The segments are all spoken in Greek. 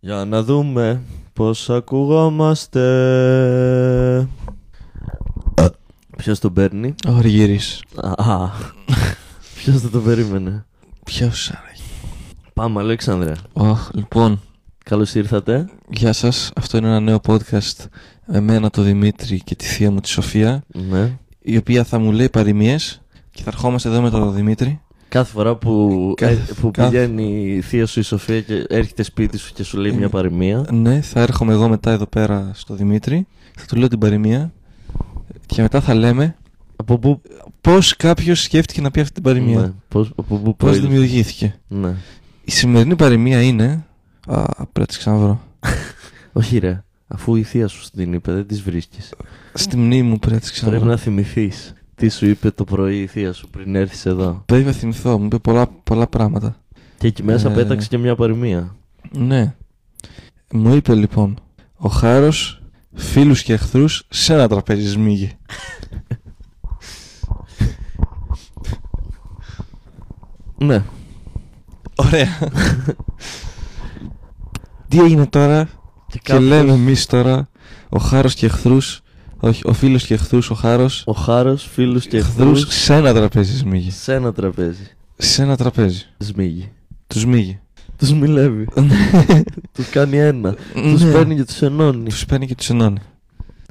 Για να δούμε πώς ακουγόμαστε. Ποιος τον παίρνει. Ο Αργύρης. Α, ποιος δεν το περίμενε. Ποιος Πάμε Αλέξανδρε. Αχ, λοιπόν, Καλώς ήρθατε. γεια σας. Αυτό είναι ένα νέο podcast με μένα, τον Δημήτρη και τη θεία μου τη Σοφία, Ναι. η οποία θα μου λέει παροιμίες και θα ερχόμαστε εδώ με τον Δημήτρη. Κάθε φορά που, Κάθε- ε, που κάθε- πηγαίνει η θεία σου η Σοφία και έρχεται σπίτι σου και σου λέει μια παροιμία. Ναι, θα έρχομαι εγώ μετά εδώ πέρα στο Δημήτρη, θα του λέω την παροιμία και μετά θα λέμε Από πού πώς κάποιος σκέφτηκε να πει αυτή την παροιμία. Ναι, πώς, από πού Πώς προήλθε. δημιουργήθηκε. Ναι. Η σημερινή παροιμία είναι. Α, πρέπει να τη ξαναβρω. Όχι ρε, αφού η θεία σου σου την είπε δεν τις βρίσκεις. Στη μνήμη μου πρέπει να τη ξαναβρω. Πρέπει να θυμηθείς τι σου είπε το πρωί η θεία σου πριν έρθεις εδώ. Πρέπει να θυμηθώ, μου είπε πολλά, πολλά πράγματα. Και εκεί μέσα Ε. πέταξε και μια παροιμία. Ναι. Μου είπε λοιπόν, ο Χάρος φίλους και εχθρούς σε ένα τραπέζι σμίγει. Ναι. Ωραία. Τι έγινε τώρα και κάπως λέμε εμείς τώρα, ο Χάρος και εχθρούς, όχι, ο φίλος και εχθρούς, ο Χάρος, Ο χάρος, φίλου και εχθρούς εχθρούς σε ένα τραπέζι σμίγει. σε ένα τραπέζι. Σε ένα τραπέζι. Σμίγει. Του σμίγει. Τους μιλεύει. τους κάνει ένα. τους Ναι. παίρνει και τους ενώνει. Τους παίρνει και τους ενώνει.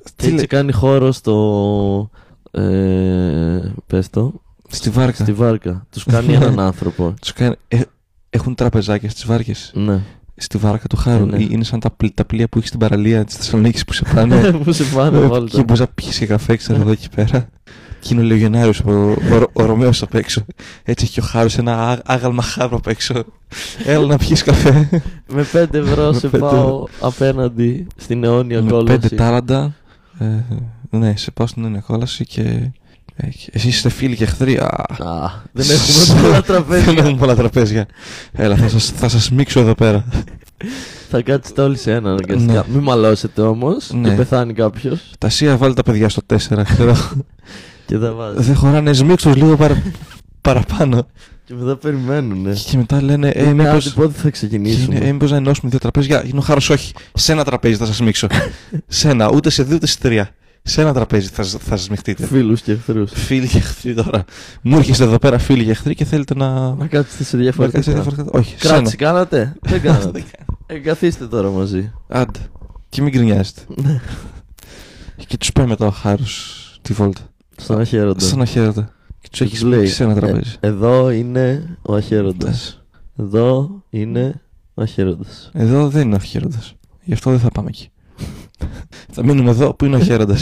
Και έτσι λέει, κάνει χώρο στο. Ε, πες το, στη βάρκα. Ναι. στη βάρκα. Τους κάνει έναν άνθρωπο. Τους κάνει, ε, έχουν τραπεζάκια στις βάρκες. Ναι. στη βάρκα του Χάρου. Ναι, ναι. Ε, Είναι σαν τα, πλ- τα πλοία που έχεις στην παραλία της Θεσσαλονίκης που σε πάνε. Που σε πάνε Ε, βόλτα. Ναι. Και μπορείς να πιεις και καφέ, ξέρω εδώ εκεί πέρα. Και είναι ο Λεωγενάριο, ο, ο, Ρο- ο Ρωμαίος απ' έξω. Έτσι έχει και ο Χάρο ένα α- άγαλμα χάρου απ' έξω. Έλα να πιεις καφέ. Με 5 ευρώ Με σε πέντε πάω απέναντι στην αιώνια Με κόλαση. πέντε τάραντα. Ε, ναι, σε πάω στην αιώνια κόλαση και. ε, και Εσείς είστε φίλοι και εχθροί. Α, Α, δεν έχουμε πολλά Δεν τραπέζια. έχουμε πολλά τραπέζια. Έλα, θα σας, θα σας μίξω εδώ πέρα. Θα κάτσετε όλοι σε ένα αναγκαστικά. Ναι. Μην μαλώσετε όμως και Ναι. πεθάνει κάποιος Τα σία βάλτε τα παιδιά στο 4, ξέρω. και θα βάζει. Δεν χωράνε σμίξους λίγο παρα- παραπάνω. Και μετά περιμένουνε. Και μετά λένε, Ε, ε, ναι, μήπως, πότε θα και είναι, ε, ξεκινήσουμε. μήπως να ενώσουμε δύο τραπέζια. Είναι ο χάρος, όχι. Σε ένα τραπέζι θα σας μίξω. σε ένα, ούτε σε δύο, ούτε σε τρία. Σε ένα τραπέζι θα, σ- θα σας μειχτείτε. Φίλους και εχθρούς. φίλοι και εχθροί τώρα. Μου έρχεστε εδώ πέρα φίλοι και εχθροί και θέλετε να... Να κάτσετε σε να κάνετε διαφορετικά. διαφορετικά. Όχι, σε ένα. Κράτηση κάνατε. Δεν Δεν κάνατε. Εγκαθίστε Ε, τώρα μαζί. Άντε. Και μην γκρινιάζετε. Ναι. και τους πάει μετά ο χάρος τη βόλτα. Στον αχαίροντα. Σαν να χαίρετε. Και τους έχεις μίξει σε ένα τραπέζι. «Ε, Εδώ είναι ο αχαίροντας. Εδώ είναι ο αχαίροντας. Εδώ δεν είναι ο χαίροντα. Γι' αυτό δεν θα πάμε εκεί. θα μείνουμε εδώ που είναι ο χαίροντα.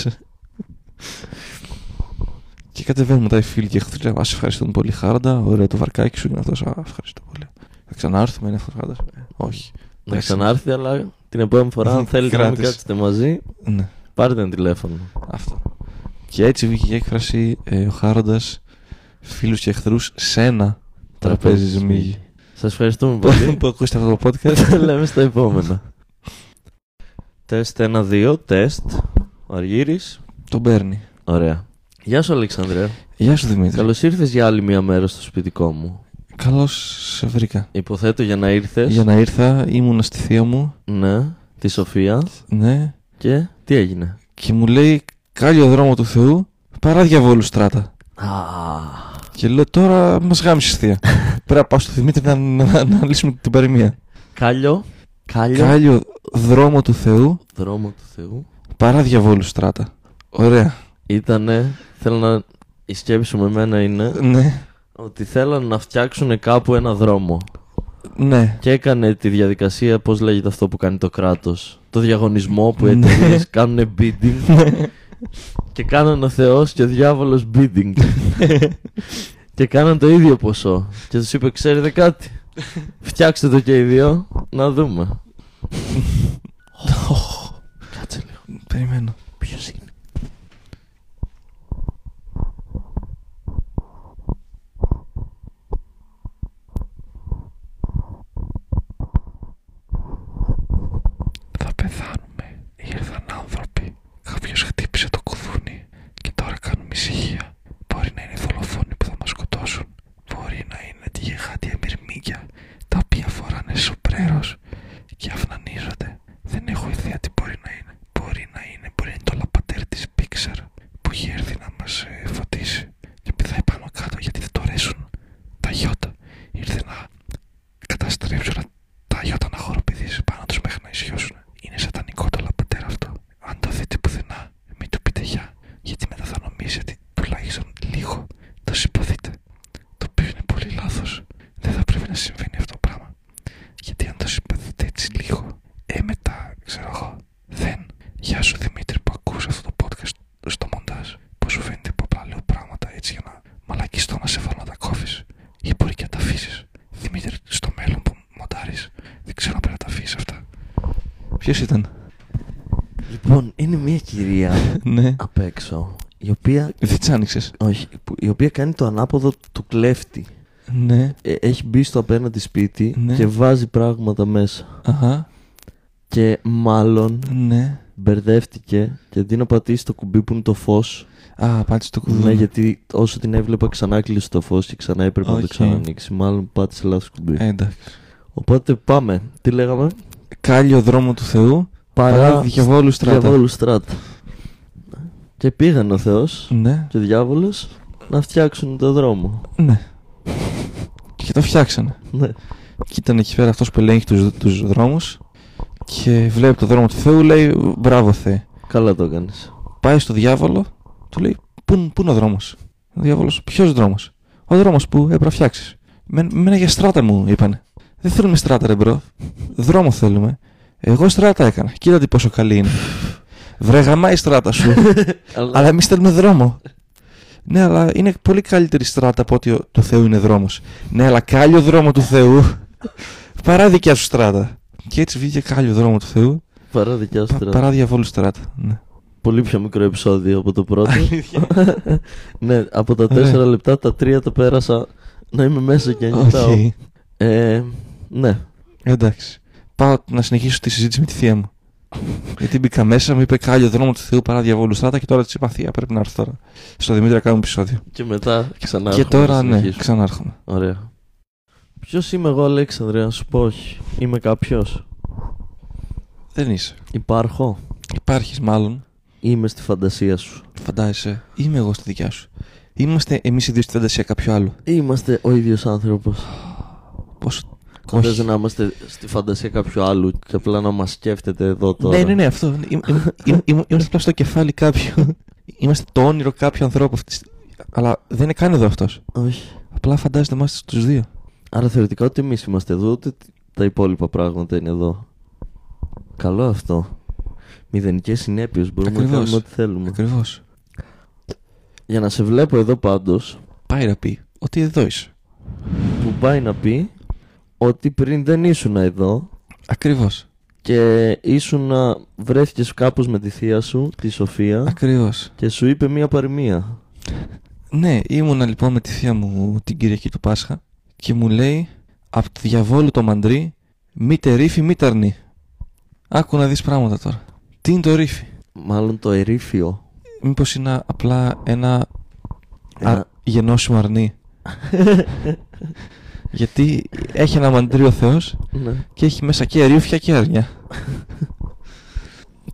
και κατεβαίνουν μετά οι φίλοι και εχθροί. Ας ευχαριστούμε πολύ, Χάροντα. Ωραίο το βαρκάκι σου είναι αυτός. Α ευχαριστώ πολύ. Θα ξανάρθουμε, είναι αυτός ο Χάροντα. Όχι. Να ξανάρθει, αλλά την επόμενη φορά, αν θέλετε να μην Κράτηση. κάτσετε μαζί, Ναι, πάρτε ένα τηλέφωνο. αυτό. Και έτσι βγήκε η έκφραση ε, ο Χάροντα φίλους και εχθρούς σε ένα τραπέζι σμίγι. Σας ευχαριστούμε Που- πολύ. που ακούσετε αυτό το Και podcast. τα λέμε στα επόμενα. Τεστ 1-2, τεστ. Ο Αργύρης. Τον παίρνει. Ωραία. Γεια σου, Αλεξανδρέα. Γεια σου Δημήτρη. Καλώς ήρθες για άλλη μία μέρα στο σπιτικό μου. Καλώς σε βρήκα. Υποθέτω για να ήρθες. Για να ήρθα, ήμουνα στη θεία μου. Ναι, τη Σοφία. Ναι. Και τι έγινε. και μου λέει κάλιο δρόμο του Θεού παρά διαβόλου στράτα. Α, Και λέω τώρα μας γάμισε θεία. Πρέπει να πάω στο Δημήτρη να, να, να λύσουμε την παροιμία. κάλιο. Κάλιο. κάλιο δρόμο του Θεού Δρόμο του Θεού. παρά διαβόλου στράτα. Ωραία. Ήτανε, θέλω να. Η σκέψη μου εμένα είναι Ναι. ότι θέλαν να φτιάξουν κάπου ένα δρόμο. Ναι. Και έκανε τη διαδικασία, πώς λέγεται αυτό που κάνει το κράτος. Το διαγωνισμό Ναι. που εταιρείε κάνουν bidding. και κάνανε ο Θεός και ο διάβολος bidding. και κάναν το ίδιο ποσό. Και τους είπε, ξέρετε κάτι. Φτιάξτε το και οι δύο, να δούμε. Κάτσε λίγο. Περιμένω. Ποιος είναι. Θα πεθάνουμε. Ήρθαν άνθρωποι. Κάποιος χτύπησε το κουδούνι. Και τώρα κάνουμε ησυχία. Μπορεί να είναι δολοφόνοι που θα μας σκοτώσουν. Μπορεί να είναι τη γεγάτια μυρμήγκια τα οποία φοράνε σουπρέρος και αυνανίζουν. ε, Ποιος ήταν. Λοιπόν, είναι μια κυρία ναι. απ' έξω, η οποία, Δεν τι άνοιξες. όχι, που- η οποία κάνει το ανάποδο του κλέφτη. Ναι. Ε, έχει μπει στο απέναντι σπίτι Ναι. και βάζει πράγματα μέσα. Αχα. Και μάλλον Ναι. μπερδεύτηκε και αντί να πατήσει το κουμπί που είναι το φως Α, πάτησε το κουδούνι. Ναι, γιατί όσο την έβλεπα ξανά κλείσε το φως και ξανά έπρεπε να το Οκ. ξανανοίξει. Μάλλον πάτησε λάθος κουμπί. Ε, εντάξει. Οπότε πάμε. Τι λέγαμε. Κάλιο δρόμο του Θεού παρά Παρά διαβόλου στράτα. διαβόλου στράτα. Και πήγαν ο Θεός Ναι. και ο διάβολος να φτιάξουν το δρόμο. Ναι. Και το φτιάξανε. Ναι. Και ήταν εκεί πέρα αυτός που ελέγχει τους τους δρόμους και βλέπει το δρόμο του Θεού, λέει Μπράβο Θεέ. Καλά το έκανες. Πάει στο διάβολο, του λέει Πού, πού είναι ο δρόμος. Ο διάβολος, ποιος δρόμος. Ο δρόμος που έπρεπε να φτιάξεις. Με, μένα για στράτα μου είπανε. Δεν θέλουμε στράτα, ρε μπρο. Δρόμο θέλουμε. Εγώ στράτα έκανα. Κοίτα τι πόσο καλή είναι. Βρε γαμάει η στράτα σου. Αλλά Αλλά εμείς θέλουμε δρόμο. Ναι, αλλά είναι πολύ καλύτερη στράτα από ότι ο- του Θεού είναι δρόμος. Ναι, αλλά κάλιο δρόμο του Θεού παρά δικιά σου στράτα. Και έτσι βγήκε κάλιο δρόμο του Θεού παρά δικιά σου πα- στράτα. παρά διαβόλου στράτα. Ναι. Πολύ πιο μικρό επεισόδιο από το πρώτο. ναι, από τα Ωραία. τέσσερα λεπτά τα τρία τα πέρασα να είμαι μέσα και Οκ. κοιτάω. Ε, ναι. Εντάξει. Πάω να συνεχίσω τη συζήτηση με τη θεία μου. Γιατί μπήκα μέσα, μου είπε κάλιο δρόμο του Θεού παρά διαβόλου στράτα και τώρα της είπα θεία. Πρέπει να έρθω τώρα. Στο Δημήτρη να κάνουμε επεισόδιο. Και μετά ξανά. και έρχομαι να τώρα ναι, συνεχίσουμε. ξανάρχομαι. Ωραία. Ποιος είμαι εγώ, Αλέξανδρε, να σου πω όχι. Είμαι κάποιος. Δεν είσαι. Υπάρχω. Υπάρχεις μάλλον. Είμαι στη φαντασία σου. Φαντάζεσαι, είμαι εγώ στη δικιά σου. Είμαστε εμείς οι δύο στη φαντασία κάποιου άλλου. Είμαστε ο ίδιος άνθρωπος. Πόσο. Κοντάζει να είμαστε στη φαντασία κάποιου άλλου και απλά να μας σκέφτεται εδώ τώρα. Ναι, ναι, ναι, αυτό. Είμαι- είμαι- είμαι- είμαι- Είμαστε απλά στο κεφάλι κάποιου. Είμαστε το όνειρο κάποιου ανθρώπου. αυτής τη στι- Αλλά δεν είναι καν εδώ αυτός. Όχι. Απλά φαντάζεται εμάς τους δύο. Άρα θεωρητικά ούτε εμείς είμαστε εδώ, ούτε τα υπόλοιπα πράγματα είναι εδώ. Καλό αυτό. Μηδενικές συνέπειες μπορούμε να Ακριβώς. κάνουμε ό,τι θέλουμε. Ακριβώς. Για να σε βλέπω εδώ πάντως, Πάει να πει ότι εδώ είσαι. που πάει να πει ότι πριν δεν ήσουν εδώ, Ακριβώς. Και ήσουν να βρέθηκες κάπως με τη θεία σου, τη Σοφία, Ακριβώς. και σου είπε μία παροιμία. Ναι, ήμουνα λοιπόν με τη θεία μου την Κυριακή του Πάσχα και μου λέει από τη διαβόλου το μαντρί μήτε ρήφι μήτε αρνή. Άκου να δεις πράγματα τώρα. Τι είναι το ρήφι. Μάλλον το ερήφιο. Μήπως είναι απλά ένα α, Ένα- γενώσιμο αρνί. Γιατί έχει ένα μαντρί ο Θεός Ναι. και έχει μέσα και ρήφια και αρνιά.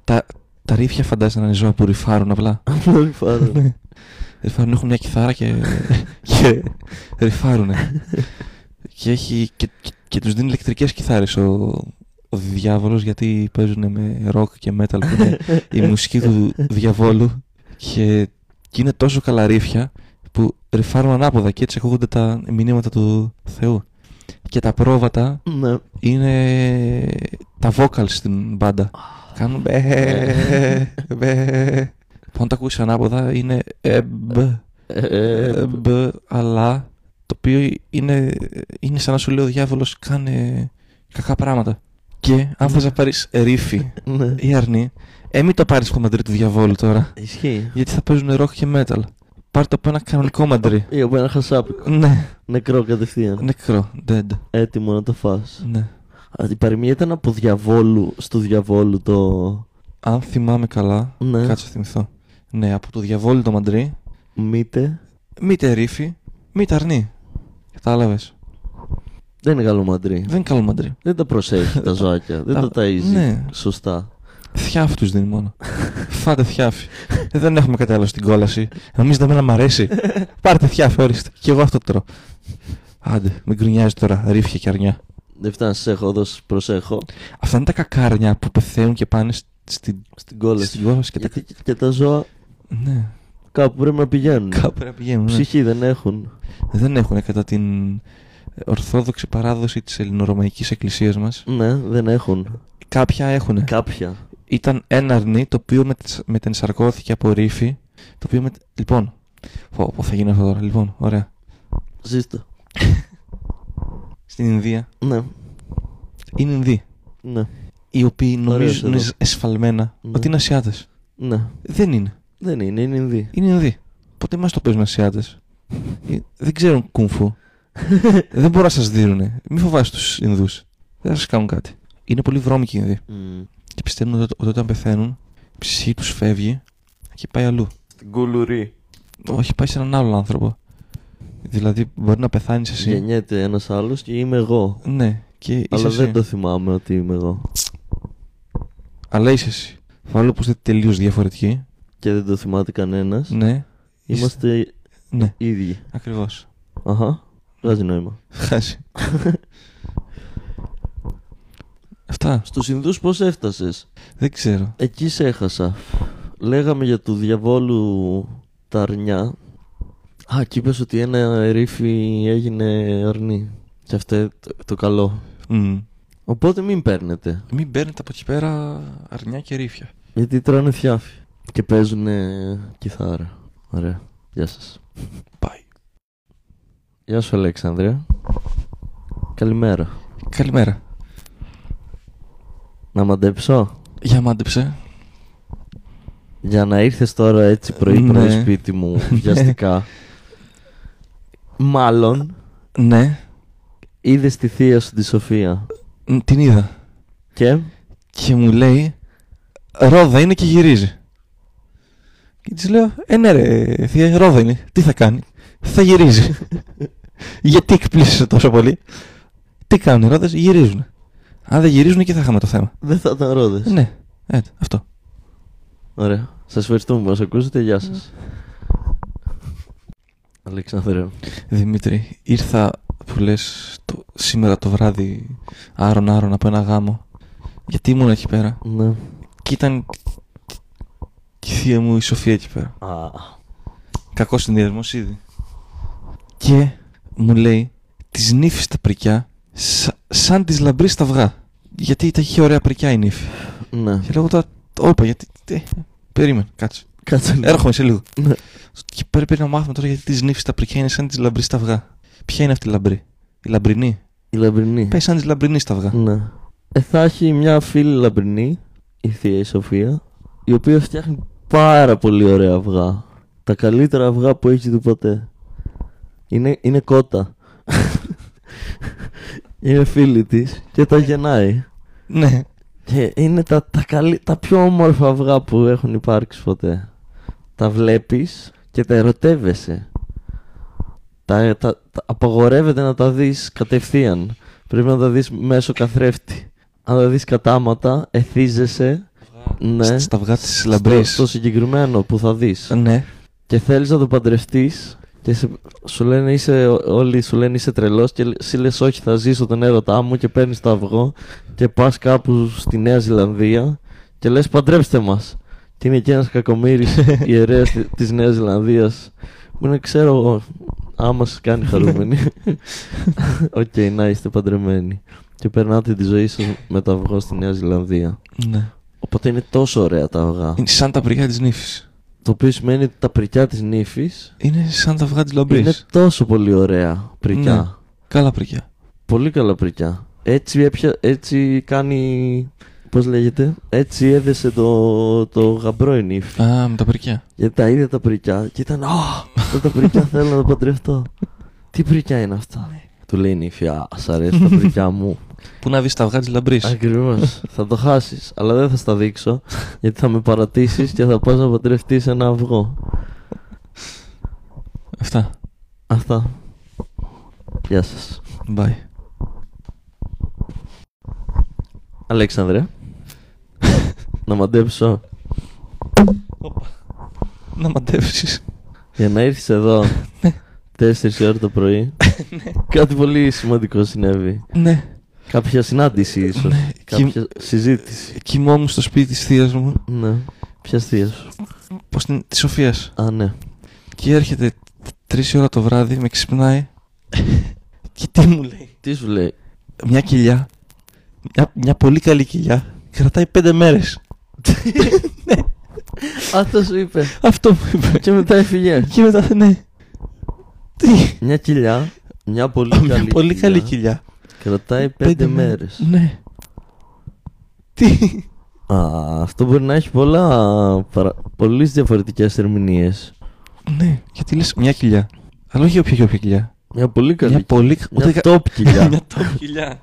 τα, τα ρήφια φαντάζεσαι να είναι ζώα που ρηφάρουν απλά. Απλό ρηφάρο. Ναι. Ρηφάρουν, έχουν μια κιθάρα και, και ρηφάρουνε. και, έχει, και, και, και τους δίνει ηλεκτρικές κιθάρες ο, ο διάβολος γιατί παίζουν με ροκ και metal που είναι η μουσική του διαβόλου και, και είναι τόσο καλά ρήφια που ρηφάρουν ανάποδα και έτσι ακούγονται τα μηνύματα του Θεού. Και τα πρόβατα Ναι. είναι τα vocals στην μπάντα. Κάνουν μπε, μπε. Όταν τα ακούσεις ανάποδα είναι εμ, Ε, ε, εμ, αλλά το οποίο είναι, είναι σαν να σου λέει ο διάβολος κάνε κακά πράγματα. Και αν θες να πάρεις ρήφη ναι. ή αρνή, ε μην το πάρεις από μαντρί του διαβόλου τώρα, Ισχύει. γιατί θα παίζουν ροκ και metal. Πάρ' το από ένα κανονικό μαντρί. Ή από ένα χασάπικο. Ναι, Νεκρό κατευθείαν. νεκρό, dead. Έτοιμο να το φας. Ναι. Α, Η παροιμία ήταν από διαβόλου στο διαβόλου το. Αν θυμάμαι καλά, Ναι. κάτσε να θυμηθώ. Ναι, από το διαβόλιο το μαντρί, Μήτε. μήτε ρήφη, μήτε αρνή. Κατάλαβες. Δεν είναι καλό μαντρί. Δεν είναι καλό μαντρί. Δεν τα προσέχει τα ζωάκια. Δεν τα τα- ταΐζει ναι. σωστά. Θιάφ του δίνει μόνο. Φάτε θιάφι. Ε, δεν έχουμε κατάλληλα στην κόλαση. Νομίζετε εμένα μ' αρέσει. Πάρτε θιάφι, ορίστε. Και εγώ αυτό τρώω. Άντε, μην γκρινιάζει τώρα, ρήφια και αρνιά. Δεν φτάνεις, σε έχω εδώ, σε προσέχω. Αυτά είναι τα κακάρνια που πεθαίνουν και πάνε σ- στην, Στην κόλαση. στην κόλαση και τα. Γιατί και τα ζώα Ναι, κάπου πρέπει να πηγαίνουν. κάπου πρέπει να πηγαίνουν. ναι. Ψυχή δεν έχουν. Δεν έχουν κατά την ε, ορθόδοξη παράδοση της ελληνορωμαϊκής εκκλησίας μας. Ναι, δεν έχουν. Κάποια έχουν. Κάποια. Ήταν ένα αρνί το οποίο μετεσ- μετενσαρκώθηκε από ρήφη. Το οποίο μετε... Λοιπόν. Πω, πω, θα γίνει αυτό τώρα. Λοιπόν, ωραία. Ζήστε. Στην Ινδία. Ναι, Είναι Ινδοί. ναι. οι οποίοι νομίζουν εδώ. εσφαλμένα Ναι. ότι είναι Ασιάτες. Ναι. Δεν είναι. Δεν είναι, είναι Ινδί. Είναι Ινδοί. Ποτέ μας το παίζουν Ασιάτε. Δεν ξέρουν κουνφού. Δεν μπορούν να σας δίνουνε. Μην φοβάστε τους Ινδούς. Δεν θα σας κάνουν κάτι. Είναι πολύ βρώμικοι οι Ινδοί. Μμμ. Και πιστεύουν ότι ότι όταν πεθαίνουν, η ψυχή τους φεύγει και πάει αλλού. Στην κουλουρί. Όχι, πάει σε έναν άλλο άνθρωπο. Δηλαδή, μπορεί να πεθάνεις εσύ. Γεννιέται ένας άλλος και είμαι εγώ. Ναι, και είσαι Αλλά εσύ. δεν το θυμάμαι ότι είμαι εγώ. Αλλά είσαι εσύ. Βάλω πως είναι τελείω διαφορετική. Και δεν το θυμάται κανένας. Ναι. Είμαστε Ναι, ίδιοι. ακριβώς. Αχα. Βγάζει νόημα. Χάσει. Αυτά. Στους Ινδούς πώς έφτασες. Δεν ξέρω. Εκεί σε έχασα. Λέγαμε για του διαβόλου τα αρνιά. Α, και είπες ότι ένα ρήφι έγινε αρνή. Και αυτό είναι το, το καλό. Μμμ. Οπότε μην παίρνετε. Μην παίρνετε από εκεί πέρα αρνιά και ρήφια. Γιατί τρώνε θιάφι. Και παίζουν κιθάρα. Ωραία. Γεια σας. Πάει. Γεια σου Αλέξανδρε. Καλημέρα. Καλημέρα. Να μαντέψω. Για μάντεψε. Για να ήρθες τώρα έτσι πρωί Ναι. πρωί σπίτι μου βιαστικά. Μάλλον Ναι, είδες τη θεία σου τη Σοφία. μ, την είδα. Και Και μου λέει, ρόδα είναι και γυρίζει. Και της λέω, ε ναι ρε θεία, ρόδα είναι. Τι θα κάνει. Θα γυρίζει. Γιατί εκπλήσεσαι τόσο πολύ. Τι κάνουν οι ρόδες, γυρίζουν. Αν δεν γυρίζουν εκεί θα είχαμε το θέμα. δεν θα ήταν ρόδες. Ναι, ε, αυτό. Ωραία. Σας ευχαριστούμε που μας ακούσατε. Γεια σας. Αλέξανδρε. Δημήτρη, ήρθα που λες το, σήμερα το βράδυ άρον άρον από ένα γάμο. Γιατί ήμουν εκεί πέρα. Ναι. Και ήταν και η θεία μου η Σοφία εκεί πέρα. Α, Κακός συνδυασμός ήδη. Και μου λέει, της νύφης τα πρικιά σα- σαν τη λαμπρή στα αυγά. Γιατί τα είχε ωραία πρικιά η νύφη. ναι. Και λέγω τώρα, όπα, γιατί. Τι, περίμενε, κάτσε. Κάτσε λίγο. Έρχομαι σε λίγο. Ναι. Και πρέπει να μάθουμε τώρα γιατί τη νύφη τα πρικιά είναι σαν τη λαμπρή στα αυγά. Ποια είναι αυτή η λαμπρή. Η λαμπρινή. Η Λαμπρινή. Πάει σαν τη λαμπρινή στα αυγά. Ναι. Ε, θα έχει μια φίλη Λαμπρινή, η θεία η Σοφία, η οποία φτιάχνει πάρα πολύ ωραία αυγά. Τα καλύτερα αυγά που έχει δει ποτέ. Είναι, είναι κότα. είναι φίλη της και τα γεννάει. Ναι. Και Ε, είναι τα, τα, καλύ- τα πιο όμορφα αυγά που έχουν υπάρξει ποτέ. Τα βλέπεις και τα ερωτεύεσαι. Τα, τα, τα- απαγορεύεται να τα δεις κατευθείαν. Πρέπει να τα δεις μέσω καθρέφτη. Αν τα δεις κατάματα, εθίζεσαι ναι, Στα- Στα αυγά της λαμπρής. στο, στο συγκεκριμένο που θα δεις. Ναι. Και θέλεις να το παντρευτείς και σε- σου λένε είσαι, όλοι σου λένε είσαι τρελός και λέ- εσύ λες όχι θα ζήσω τον έρωτά μου και παίρνεις το αυγό και πας κάπου στη Νέα Ζηλανδία και λες παντρέψτε μας. Και είναι και ένας κακομύρης ιερέας τη- της Νέας Ζηλανδίας που είναι ξέρω εγώ άμα σας κάνει χαρούμενοι. Οκ να είστε παντρεμένοι. Και περνάτε τη ζωή σας με το αυγό στη Νέα Ζηλανδία. ναι. Οπότε είναι τόσο ωραία τα αυγά. Είναι σαν τα πρικιά της νύφης. Το οποίο σημαίνει ότι τα πρικιά της νύφης Είναι σαν τα αυγά της λαμπρή. Είναι τόσο πολύ ωραία πρικιά. Ναι. Καλά πρικιά. Πολύ καλά πρικιά. Έτσι, έπια, έτσι κάνει. Πώς λέγεται, έτσι έδεσε το, το γαμπρό η νύφη. Α, με τα πρικιά. Γιατί τα είδε τα πρικιά και ήταν. Α, αυτά τα πρικιά θέλω να τα παντρευτώ. Τι πρικιά είναι αυτά. Ναι. Του λέει η νύφη, Α, σ' αρέσουν τα πρικιά μου. Πού να δει τα αυγά της λαμπρής. Ακριβώς. θα το χάσεις. Αλλά δεν θα στα δείξω. Γιατί θα με παρατήσεις και θα πας να παντρευτείς ένα αυγό. Αυτά. Αυτά. Γεια σας. Bye. Αλέξανδρε. να μαντέψω. Να Ναι. μαντεύσει. Για να ήρθεις εδώ 4 ώρα το πρωί Κάτι πολύ σημαντικό συνέβη Ναι. Κάποια συνάντηση ίσως Ναι. Κι- Κάποια συζήτηση Κοιμόμουν στο σπίτι της θείας μου. Ναι Ποιας θείας σου Πώς την. της Σοφίας. Α ναι Και έρχεται τρεις ώρα το βράδυ, με ξυπνάει. και τι μου λέει. Τι σου λέει Μια κοιλιά. Μια, μια πολύ καλή κοιλιά. Κρατάει πέντε μέρες. Αυτό σου είπε Αυτό μου είπε. Και μετά έφυγε Και μετά, ναι. Τι. Μια κοιλιά Μια πολύ Μια καλή πολύ καλή κοιλιά. Κρατάει 5 μέρες Ναι. Τι Τι. Α, αυτό μπορεί να έχει πολλά, παρα... πολλές διαφορετικές ερμηνείες. Ναι, γιατί λες μια κοιλιά. Αλλά όχι όποια και όποια κοιλιά. Μια πολύ καλή. Μια πολύ. κα- Μια ούτε κα- top κοιλιά. Μια top κοιλιά.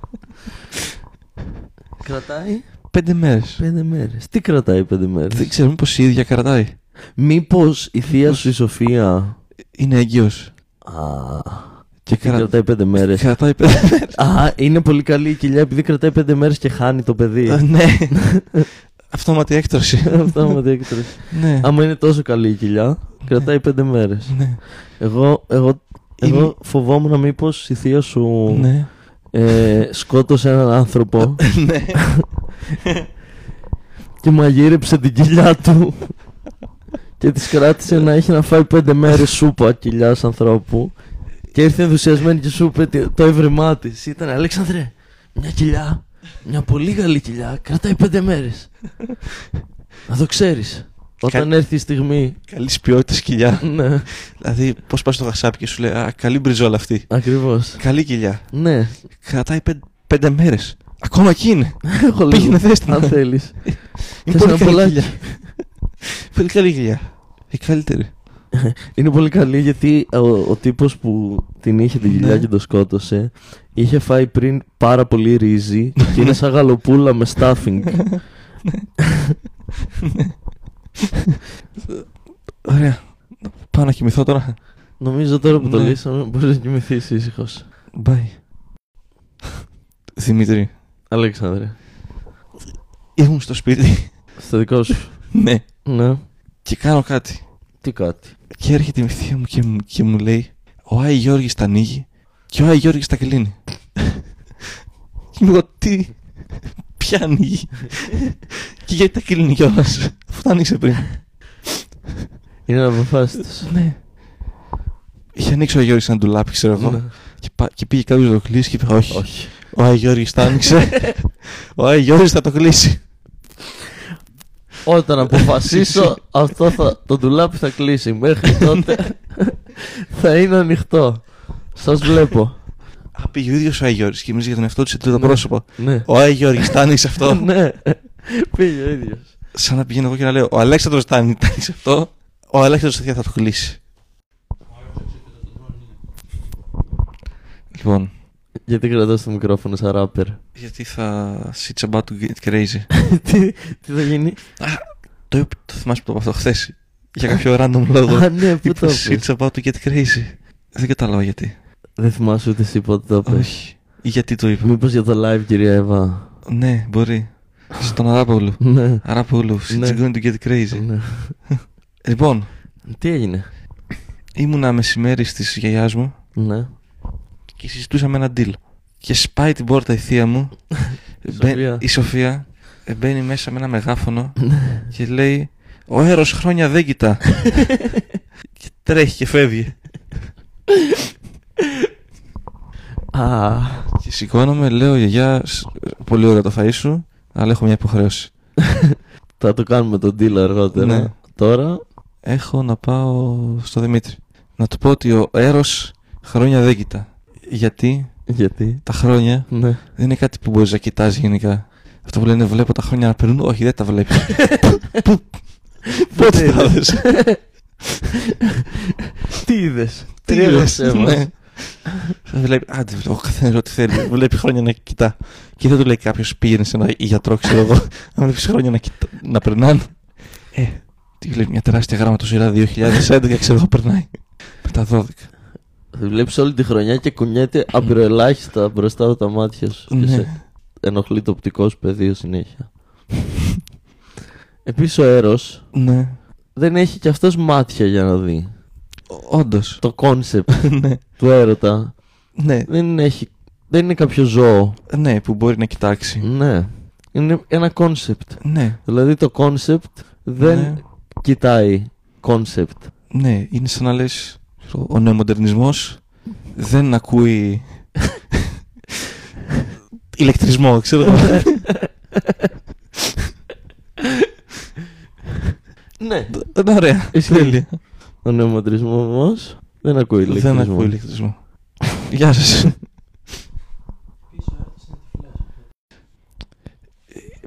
Κρατάει Πέντε μέρε. πέντε μέρες. Τι κρατάει πέντε μέρες. Δεν ξέρω, μήπως η ίδια κρατάει. Μήπως η θεία σου η Σοφία... Είναι έγκυος. Α, Και τι κρατάει πέντε μέρες. Κρατάει πέντε μέρες. Α, είναι πολύ καλή η κοιλιά επειδή κρατάει πέντε μέρες και χάνει το παιδί. Ναι. Αυτόματη έκτρωση. Αυτό μου διέκτρε. Ναι. Άμα είναι τόσο καλή η κοιλιά, κρατάει πέντε μέρες. Ναι. Εγώ, εγώ, Είναι- εγώ φοβόμουν μήπως η θεία σου Ναι. ε, σκότωσε έναν άνθρωπο Ναι. και μαγείρεψε την κοιλιά του και της κράτησε να έχει να φάει πέντε μέρες σούπα κοιλιάς ανθρώπου και ήρθε ενθουσιασμένη και σου είπε τι- το έβριμά της. Ήταν Αλέξανδρε, μια κοιλιά, μια πολύ καλή κοιλιά, κρατάει πέντε μέρες. να το ξέρεις. Όταν έρθει η στιγμή. Καλής ποιότητας κοιλιά. ναι, Δηλαδή, πώς πας στο γασάπι και σου λέει Α, καλή μπριζόλα αυτή. ακριβώς. Καλή κοιλιά. ναι, Κρατάει πέντε, πέντε μέρες. Ακόμα εκεί είναι. έχω λίγο, Πήγαινε, δες την. Αν θέλεις. Είναι Θες πολύ ένα καλή πολλάκι. κοιλιά. πολύ καλή κοιλιά. Η καλύτερη. Είναι πολύ καλή γιατί ο, ο τύπος που την είχε την κοιλιά Ναι. και το σκότωσε είχε φάει πριν πάρα πολύ ρύζι και είναι σαν γαλοπούλα με stuffing. Ναι. Ωραία. Πάω να κοιμηθώ τώρα. Νομίζω τώρα που το Ναι. λύσαμε μπορείς να κοιμηθείς ήσυχος. Bye. Δημήτρη, Αλέξανδρε, ήμουν στο σπίτι. στο δικό σου. ναι. ναι. Και κάνω κάτι. Τι κάτι. Και έρχεται η θεία μου και, μου- και μου λέει Ο Άι Γιώργης τα ανοίγει και ο Άι Γιώργης τα κλείνει. και μου λέω τι, ποια ανοίγει και γιατί τα κλείνει κιόλας αφού τα ανοίξε πριν. Είναι αποφάσιστος. ναι. Είχε ανοίξει ο Άι Γιώργης ένα ντουλάπι ξέρω εγώ Ναι. και, πα- και πήγε κάποιος να το κλείσει και είπα όχι. Όχι. Ο Άι Γιώργης τα άνοιξε. ο Άι Γιώργης θα το κλείσει. Όταν αποφασίσω αυτό θα, το ντουλάπι θα κλείσει. Μέχρι τότε θα είναι ανοιχτό. Σας βλέπω. Α, πήγε ο ίδιος ο Άι Γιώργης και εμείς για τον εαυτό του σε τρίτο Ναι. πρόσωπο. ναι. Ο Άι Γιώργης τα άνοιξε αυτό. ναι. Πήγε ο ίδιος. σαν να πηγαίνω εγώ και να λέω Ο Αλέξανδρος θα είναι σε αυτό. Ο Αλέξανδρος τέτοια θα το κλείσει. Λοιπόν, Γιατί κρατάς το μικρόφωνο σαν ράπερ. γιατί θα sits about to get crazy. τι, τι θα γίνει. το, είπ- το θυμάσαι που το είπα αυτό χθες. Για κάποιο random λόγο. Α, ναι, πού Είπα το sits πες. about to get crazy. Δεν κατάλαβα γιατί. Δεν θυμάσαι ούτε εσύ πότε το Ναι. πες. Όχι. Ή Γιατί το είπα. Μήπως για το live, κυρία Εύα. Ναι, μπορεί. Στον Αράπολου. Ναι. Αράπολου, Ναι. it's going to get crazy. Ναι. Λοιπόν, Τι έγινε. ήμουνα μεσημέρι στις γιαγιάς μου Ναι. και συζητούσαμε ένα deal. Και σπάει την πόρτα η θεία μου, μπα- Σοφία. η Σοφία, ε, μπαίνει μέσα με ένα μεγάφωνο Ναι. και λέει «Ο έρος χρόνια δεν κοιτά». και τρέχει και φεύγει. Α, Και σηκώνομαι, λέω «Γιαγιά, σ- πολύ ωραίο το φαΐ σου, αλλά έχω μια υποχρέωση. θα το κάνουμε τον deal αργότερα. Ναι. Τώρα, Έχω να πάω στο Δημήτρη. Να του πω ότι ο έρος χρόνια δεν κοιτά. Γιατί γιατί. τα χρόνια Ναι. δεν είναι κάτι που μπορείς να κοιτάς γενικά. Αυτό που λένε βλέπω τα χρόνια να περνούν, όχι δεν τα βλέπεις. Πότε τα δες. Τι είδες. Τι είδες, είδες. Εύα? ναι. Βλέπει, άντε, ο καθένας ό,τι θέλει. Βλέπει χρόνια να κοιτά. Και δεν του λέει κάποιος πήγαινε σε ένα γιατρό, ξέρω εγώ. Αν βλέπεις χρόνια να, κοιτά, να περνάνε. Ε, τι βλέπει μια τεράστια γραμματοσυρά 2011, ξέρω εγώ, περνάει. Με τα 12. Βλέπεις όλη τη χρονιά και κουνιέται απειροελάχιστα μπροστά από τα μάτια σου. Και σε ναι. ενοχλεί το οπτικός σου πεδίο συνέχεια. Επίσης ο Έρος ναι. δεν έχει κι αυτός μάτια για να δει. Όντως. Το κόνσεπτ ναι. του έρωτα Ναι. δεν, έχει, δεν είναι κάποιο ζώο. Ναι, που μπορεί να κοιτάξει. Ναι. Είναι ένα κόνσεπτ. Ναι. Δηλαδή το κόνσεπτ δεν Ναι. κοιτάει κόνσεπτ. Ναι, είναι σαν να λες. Ο νεομοντερνισμός δεν ακούει. ηλεκτρισμό, ξέρω εγώ. Ναι. Είναι ωραία. Ισχύει. Τέλεια. Ο νεομαντρισμό όμως δεν ακούει ηλεκτρισμό. Δεν ακούω ηλεκτρισμό. Γεια σας.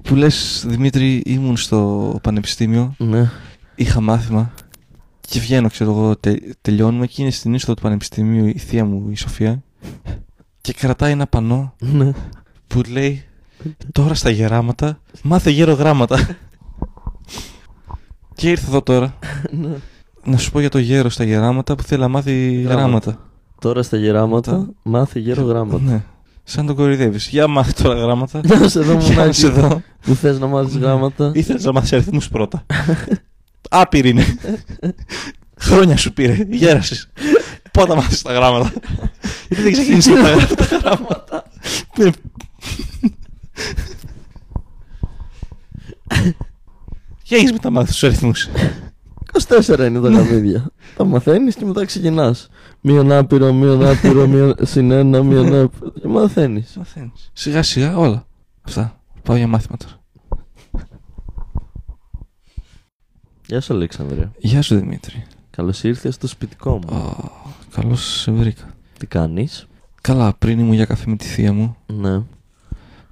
που λες Δημήτρη ήμουν στο πανεπιστήμιο, Ναι. είχα μάθημα και βγαίνω ξέρω εγώ τε- τελειώνουμε και είναι στην είσοδο του πανεπιστημίου η θεία μου η Σοφία και κρατάει ένα πανό ναι. που λέει τώρα στα γεράματα μάθε γέρο γράμματα και ήρθε εδώ τώρα ναι. να σου πω για το γέρο στα γεράματα που θέλει να μάθει Γράμματα. γράμματα. Τώρα στα γεράματα, Τα- μάθε γέρο γράμματα. Ναι. Σαν τον κοροϊδεύεις. Για μάθε τώρα γράμματα. Να σε δω Για να μονάκι σε δω. Ναι. που θες να μάθεις γράμματα. Ήθελε να μάθεις αριθμούς πρώτα. Άπειρη είναι. Χρόνια σου πήρε. Γέρασες. Πότε μάθεις τα γράμματα. Γιατί δεν ξεκίνησε να γράφεις τα γράμματα. Ναι. Και έχει μετά μάθεις τους αριθμούς. 24 είναι τα Ναι. γραμμίδια. Τα μαθαίνεις και μετά ξεκινάς. Μείον άπειρο, Ναι. μείον άπειρο, μείον συν ένα, μείον άπειρο. Και μαθαίνεις. Σιγά σιγά όλα. Αυτά. Πάω για μάθημα τώρα. Γεια σου Αλέξανδρε. Γεια σου Δημήτρη. Καλώς ήρθες στο σπιτικό μου. Καλώς σε βρήκα. Τι κάνεις. Καλά, πριν ήμουν για καφέ με τη θεία μου. Ναι.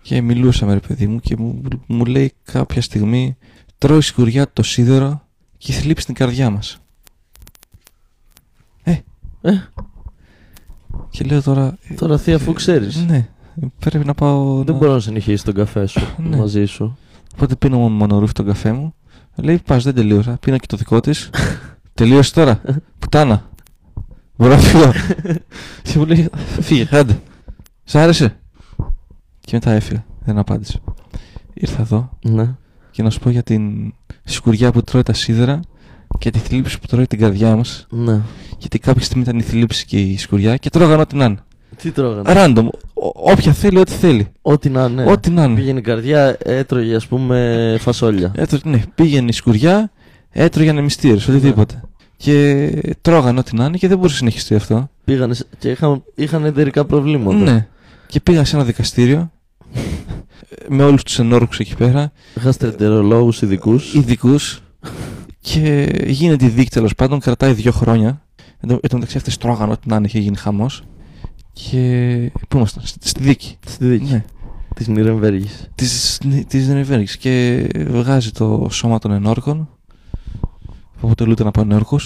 Και μιλούσαμε ρε παιδί μου και μου, μου λέει κάποια στιγμή τρώει σκουριά το σίδερο και θλίψει την καρδιά μας. Ε. Ε. Και λέω τώρα... ε, Τώρα θεία αφού ξέρεις. Ναι. Πρέπει να πάω... Δεν να- μπορώ να συνεχίσεις τον καφέ σου Ναι. μαζί σου. Οπότε πίνω μόνο μονορούφι τον καφέ μου. Λέει πας δεν τελείωσα. Πίνω και το δικό της. Τελείωσε τώρα. Πουτάνα. Μπορώ να φύγω. και μου λέει φύγε. Άντε. Σ' άρεσε. Και μετά έφυγα. Δεν απάντησε. Ήρθα εδώ. Ναι. και να σου πω για την σκουριά που τρώει τα σίδερα και τη θλίψη που τρώει την καρδιά μας. Ναι. Γιατί κάποια στιγμή ήταν η θλίψη και η σκουριά και τρώγαν ό,τι να είναι. Τι τρώγανε. Random. Ο- όποια θέλει, ό,τι θέλει. Ό,τι να είναι. Ό,τι να είναι. Ναι, Πήγαινε η καρδιά, έτρωγε ας πούμε φασόλια. Έτω- ναι, πήγαινε η σκουριά, έτρωγαν εμιστήρε, οτιδήποτε. Και τρώγαν ό,τι να είναι και δεν μπορούσε να συνεχιστεί αυτό. Πήγανε σε- και είχαν, είχαν εταιρικά προβλήματα. Ναι. Και πήγα σε ένα δικαστήριο με όλους τους ενόρκους εκεί πέρα Γαστρεντερολόγου ειδικούς. ειδικούς. Και γίνεται η δίκη τέλος πάντων, κρατάει δύο χρόνια. Εν τω εν τω μεταξύ, αυτές τρώγαν ό,τι να είναι, είχε γίνει χαμός. Και. Πού ήμασταν, στη στη δίκη. Στη δίκη Ναι. της Νιρεμβέργης. Της, της Νιρνβέργης. Και βγάζει το σώμα των ενόρκων, που αποτελούνται από ενόρκου,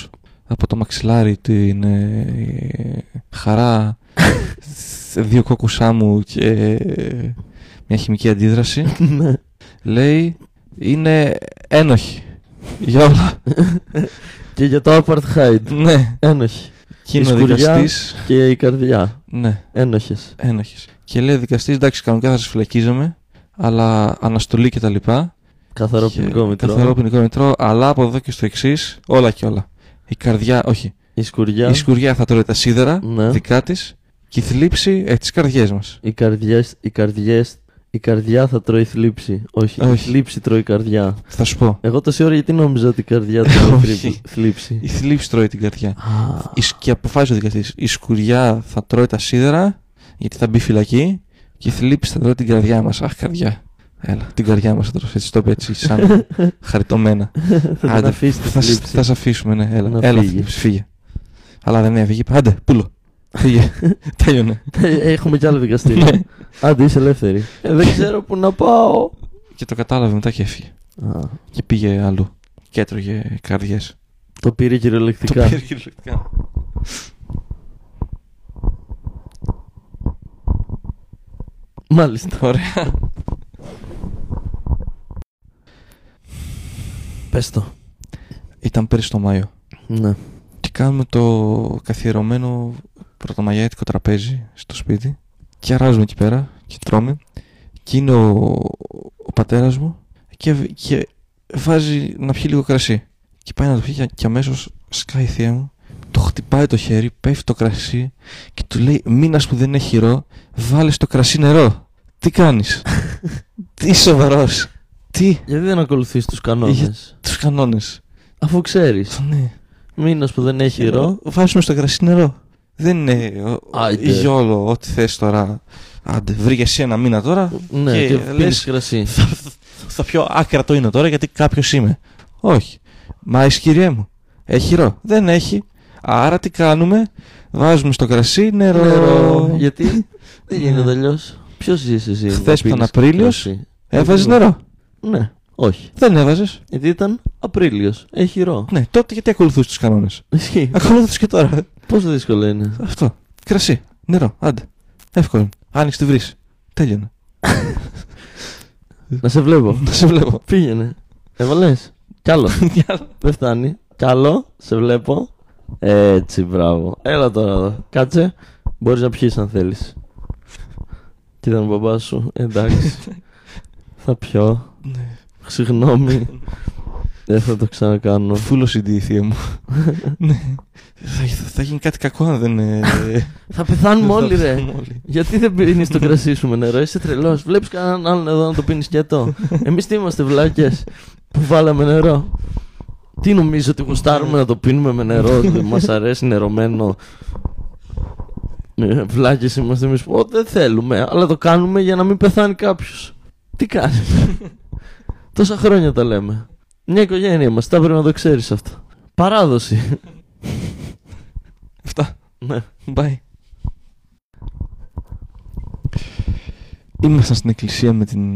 από το μαξιλάρι, την ε, χαρά, δύο κόκκου άμμου και ε, μια χημική αντίδραση Ναι. λέει είναι ένοχη για όλα. Και για το apartheid. ναι. Ένοχη. Και Η είναι ο σκουριά. δικαστής. Και η καρδιά. Ναι, Ένοχες. ένοχης. Και λέει ο δικαστής, εντάξει κανονικά θα σας φυλακίζομαι, αλλά αναστολή και τα λοιπά. Καθαρό Και ποινικό μητρό. Καθαρό ποινικό μητρό, αλλά από εδώ και στο εξής, όλα και όλα. Η καρδιά, όχι, Η σκουριά. η σκουριά θα τρώει τα σίδερα Ναι. δικά της και η θλίψη ε, τις καρδιές μας. Οι καρδιές, οι καρδιές, η καρδιά θα τρώει θλίψη. Όχι, η Όχι. θλίψη τρώει καρδιά. Θα σου πω, Εγώ τόση ώρα γιατί νόμιζα ότι η καρδιά τρώει Όχι. θλίψη- θλίψη. η θλίψη τρώει την καρδιά. Α, Η σκ- Και αποφάσισε ο δικαστής, η σκουριά θα τρώει τα σίδερα γιατί θα μπει φυλακή και η θλίψη θα τρώει την καρδιά μας. Αχ, καρδιά. Έλα, την καρδιά μας θα τρώει. Έτσι το είπε έτσι, σαν χαριτωμένα. Θα την Άντε, αφήσει τη θα, σ- θλίψη. θα σε αφήσουμε, ναι. Έλα, Να έλα φύγει. φύγε. φύγε. Αλλά δεν έφυγε. είπε, Άντε, πούλο. Φύγε. Ναι. Τέλειωνε. Ε, Έχουμε κι άλλο δικαστήριο. Ναι. Άντε, είσαι ελεύθερη. Ε, δεν ξέρω που να πάω. Και το κατάλαβε μετά και έφυγε. Α, Και πήγε αλλού. Και έτρωγε καρδιές. το πήρε Το κυριολεκτικά. πήρε κυριολεκτικά. Μάλιστα. Ωραία. Πες το. Ήταν πέρυσι το Μάιο. Ναι. Και κάνουμε το καθιερωμένο πρωτομαγιάτικο τραπέζι στο σπίτι. Και αράζουμε εκεί πέρα και τρώμε. Και είναι ο, ο πατέρας μου και, β- και βάζει να πιει λίγο κρασί. Και πάει να το πιει και, και αμέσως σκάει η θεία μου. Το χτυπάει το χέρι, πέφτει το κρασί και του λέει: Μήνας που δεν έχει χειρό, βάλε στο κρασί νερό. Τι κάνεις. Τι σοβαρός. Τι. Γιατί δεν ακολουθείς τους κανόνες. Τους κανόνες. Αφού ξέρεις. Ε, Ναι. Μήνας που δεν έχει ρο. Βάζουμε στο κρασί νερό. Δεν είναι ο- ο- Άντε. γιόλο, ό,τι θες τώρα. Άντε, βρήκε εσύ ένα μήνα τώρα. Ναι, και και πίνεις λες, κρασί. θα, θα πιω άκρα το είναι τώρα γιατί κάποιος είμαι. Όχι. Μα εσύ, κυρία μου, έχει ρο. Δεν έχει. Άρα τι κάνουμε, βάζουμε στο κρασί νερό. Νερό. Ναι, Γιατί δεν γίνεται Ναι. αλλιώς. Ποιος είσαι εσύ. Χθες που ήταν Απρίλιος. Έβαζε νερό. Ναι, όχι. Δεν έβαζες. Γιατί ήταν Απρίλιος. Έχει ρο. Ναι, τότε γιατί ακολουθούσες τους κανόνες. Ισχύει. Ακολούθησες και τώρα. Πόσο δύσκολο είναι. Αυτό. Κρασί. Νερό. Άντε. Εύκολο. Άνοιξε τη βρύση. Τέλειωνα. Να σε βλέπω. Να σε βλέπω. Πήγαινε. Έβαλε. Κι άλλο. Δεν φτάνει. Κι άλλο. Σε βλέπω. Έτσι, μπράβο. Έλα τώρα εδώ. Κάτσε. Μπορείς να πιεις αν θέλεις. Κοίτα τον μπαμπά σου. Εντάξει. θα πιω. Ναι. Συγγνώμη. Δεν θα το ξανακάνω. Φούλος η διηθία ε, μου. ναι. Θα, θα γίνει κάτι κακό αν δεν. ε, Θα πεθάνουμε όλοι, θα ρε. πεθάνουμε όλοι. Γιατί δεν πίνεις το κρασί σου με νερό, είσαι τρελός. Βλέπεις κανέναν άλλον εδώ να το πίνεις σκέτο. Εμείς τι είμαστε, βλάκες που βάλαμε νερό. Τι νομίζω ότι γουστάρουμε να το πίνουμε με νερό, ότι μας αρέσει νερωμένο. Ε, Βλάκες είμαστε εμείς. Ω, δεν θέλουμε, αλλά το κάνουμε για να μην πεθάνει κάποιος. Τι κάνουμε. Τόσα χρόνια τα λέμε. Μια οικογένεια μας, τα πρέπει να το ξέρεις αυτό. Παράδοση. Αυτά. Ναι. Bye. Ήμασταν στην εκκλησία με την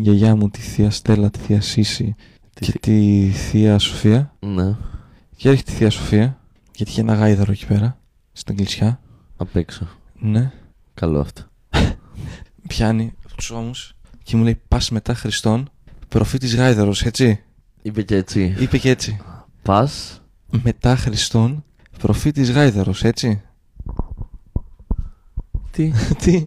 γιαγιά μου, τη θεία Στέλλα, τη θεία Σύση και τη θεία Σοφία. Ναι, Και έρχεται η Θεία Σοφία, γιατί είχε ένα γάιδαρο εκεί πέρα, στην εκκλησιά. απ' έξω. Ναι. Καλό αυτό. Πιάνει από τους ώμους και μου λέει: Πας μετά Χριστόν, προφήτης γάιδαρος, έτσι. Είπε και έτσι. Είπε και έτσι. Πας. Μετά Χριστόν, προφήτης γάιδαρος, έτσι. Τι. Τι.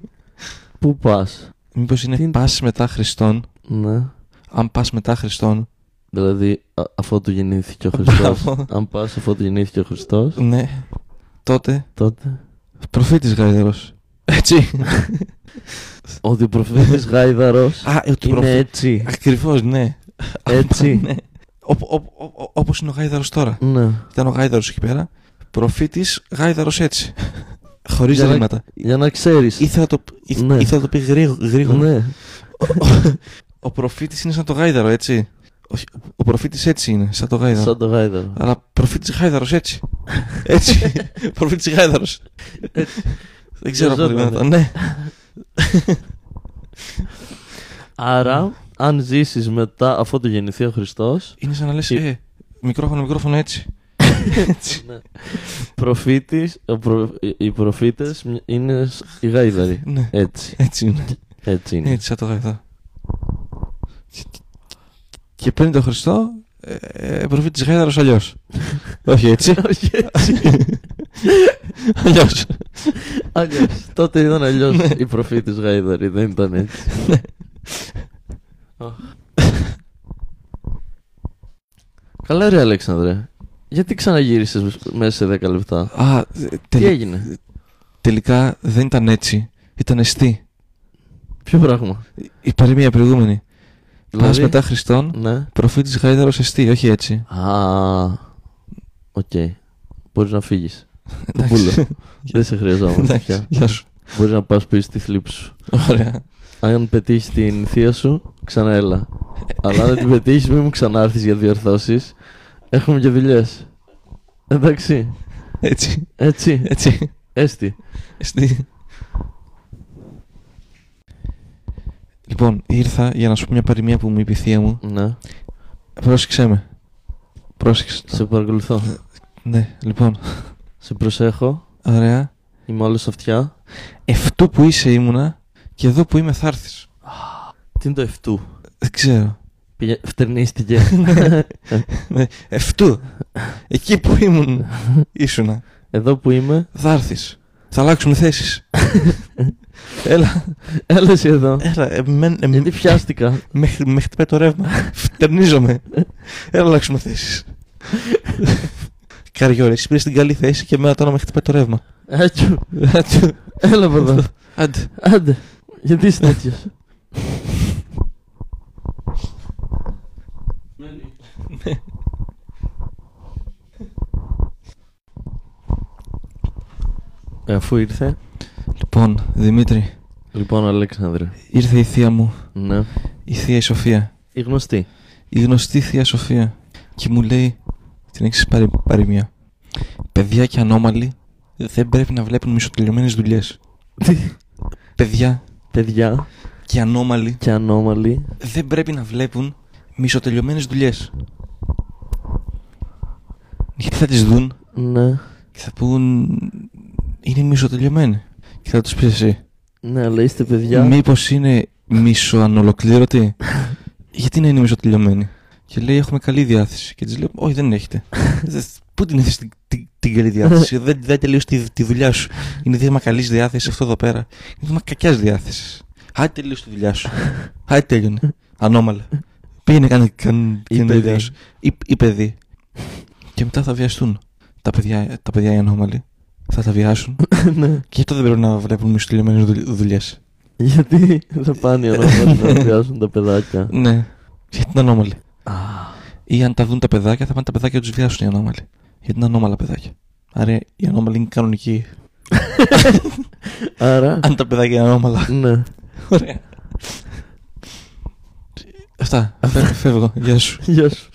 Πού πας. Μήπως Τι- είναι πας μετά Χριστόν, Ναι. αν πας μετά Χριστόν. Δηλαδή, α, αφότου γεννήθηκε ο Χριστός. Μπράβο. Αν πας αφότου γεννήθηκε ο Χριστός, Ναι. Τότε, τότε. προφήτης γάιδαρο. Έτσι. Ότι ο προφήτης Γάιδαρο Α, ε, ότι είναι προφή... έτσι. Ακριβώς, ναι. Έτσι. ναι. Όπως είναι ο γάιδαρο τώρα. Ναι. Ήταν ο γάιδαρο εκεί πέρα. Προφήτης γάιδαρο έτσι. Χωρίς Για να- ρήματα. Για να ξέρεις. Ήθελα το, ή- Δηλαδή, Ναι. ήθελα το πει γρήγο- γρήγορα. Ναι. Ο προφήτης είναι σαν το γάιδαρο, έτσι. Όχι, ο προφήτης έτσι είναι, σαν το γάιδαρο. Σαν το Γάιδαρο. Αλλά προφήτης γάιδαρος έτσι. έτσι. προφήτης γάιδαρος. Δεν ξέρω πώ Γεζότανε. είναι αυτό. Ναι. Άρα, αν ζήσεις μετά αφότου γεννηθεί ο Χριστός, Είναι σαν να λες. Ε. Ε, μικρόφωνο, μικρόφωνο έτσι. ναι. προφήτης, ο προ- οι προφήτε είναι σ- οι Γάιδαροι. Ναι. Έτσι. Έτσι είναι. Έτσι είναι. Έτσι, σαν το γάιδαρο. Και πριν τον Χριστό, ε, προφήτης γάιδαρο αλλιώς. Όχι έτσι. Όχι έτσι. Αλλιώς. Αλλιώς. Τότε ήταν αλλιώς οι προφήτες Γάιδαροι, δεν ήταν έτσι. Αχ. Καλά ρε Αλέξανδρε. Γιατί ξαναγύρισες μέσα σε 10 λεπτά. Α, ε, Τι τελ- έγινε. τελικά δεν ήταν έτσι. Ήταν εστί. Ποιο πράγμα. Η- Η παροιμία προηγούμενη. Πας μετά Χριστόν, Δηλαδή? Ναι. προφήτης γάιδαρος εστί, όχι έτσι. Α. Οκ. Μπορείς να φύγεις. Εντάξει. πουλώ. Δεν σε χρειαζόμαστε Εντάξει, πια. γεια σου. Μπορείς να πας πίσω στη θλίψη σου. Ωραία. Αν πετύχεις την θεία σου, ξανά έλα. Αλλά αν δεν την πετύχεις, μην μου ξανάρθεις για διορθώσεις. Έχουμε και δουλειές. Εντάξει. Έτσι, Έτσι. έτσι, Έστι. εστί. Λοιπόν, ήρθα για να σου πω μια παροιμία που μου είπε η θεία μου. Ναι. Πρόσεξέ με. Πρόσεξε. το. Σε παρακολουθώ. Ναι, λοιπόν, Σε προσέχω. ωραία. Είμαι όλος αυτιά. Ευτού που είσαι ήμουνα και εδώ που είμαι θα έρθεις. Τι είναι το εφτού. Δεν ξέρω. Πήγε... Φτερνίστηκε. Ναι, Ευτού. Εκεί που ήμουν ήσουνα. Εδώ που είμαι, Θα έρθεις. Θα αλλάξουμε θέσεις. Έλα, έλας εσύ εδώ. έλα. ε, μεν- ε, Γιατί πιάστηκα. με, χ- με χτυπάει το ρεύμα. Φτερνίζομαι. Έλα, αλλάξουμε θέσεις. Καριόρη, εσύ πήρες την καλή θέση και εμένα τώρα με χτυπάει το ρεύμα. Άτσου. Έλα από εδώ. Άντε. Άντε. Γιατί είσαι τέτοιος. Ε, αφού ήρθε. Λοιπόν, Δημήτρη, Λοιπόν, Αλέξανδρε. ήρθε η θεία μου, Ναι. η θεία η Σοφία. Η γνωστή. Η γνωστή θεία Σοφία. Και μου λέει την εξή παρη, παροιμία. Παιδιά και ανώμαλοι δεν πρέπει να βλέπουν μισοτελειωμένες δουλειές. Παιδιά Παιδιά και ανώμαλοι και ανώμαλοι δεν πρέπει να βλέπουν μισοτελειωμένες δουλειές. Γιατί θα τις δουν Ναι. και θα πούν είναι μισοτελειωμένη. Και θα τους πεις εσύ. Ναι, αλλά είστε παιδιά. Μήπως είναι μισοανολοκλήρωτη. Γιατί να είναι μισοτελειωμένη. Και λέει έχουμε καλή διάθεση. Και της λέω όχι δεν έχετε. Δες, Πού την έχεις την, την, την καλή διάθεση. δεν, δεν τελείωσε τη, τη δουλειά σου. Είναι δείγμα καλής διάθεσης αυτό εδώ πέρα. Είναι δείγμα κακιάς διάθεσης. Άντε τελείωσε τη δουλειά σου. Άντε τέλειωνε. Ανώμαλα. Πήγαινε κάνε, κάνε, Ή κάνε τη παιδί. δουλειά σου. Ή, ή παιδί. Και μετά θα βιαστούν. Τα παιδιά, τα παιδιά οι ανώμαλοι. Θα τα βιάσουν. ναι. Και γι' αυτό δεν πρέπει να βλέπουν μισοτελειωμένες δουλ- δουλειές. Γιατί θα πάνε οι ανώμαλοι να πιάσουν τα παιδάκια. Ναι. Γιατί είναι ανώμαλοι. Α, Ή αν τα δουν τα παιδάκια, θα πάνε τα παιδάκια να τους βιάσουν οι ανώμαλοι. Γιατί είναι ανώμαλα παιδάκια. Άρα οι ανώμαλοι είναι κανονικοί. Άρα. Αν τα παιδάκια είναι ανώμαλα. Ναι. Ωραία. Αυτά. Φε- Φεύγω. Γεια σου. Γεια σου.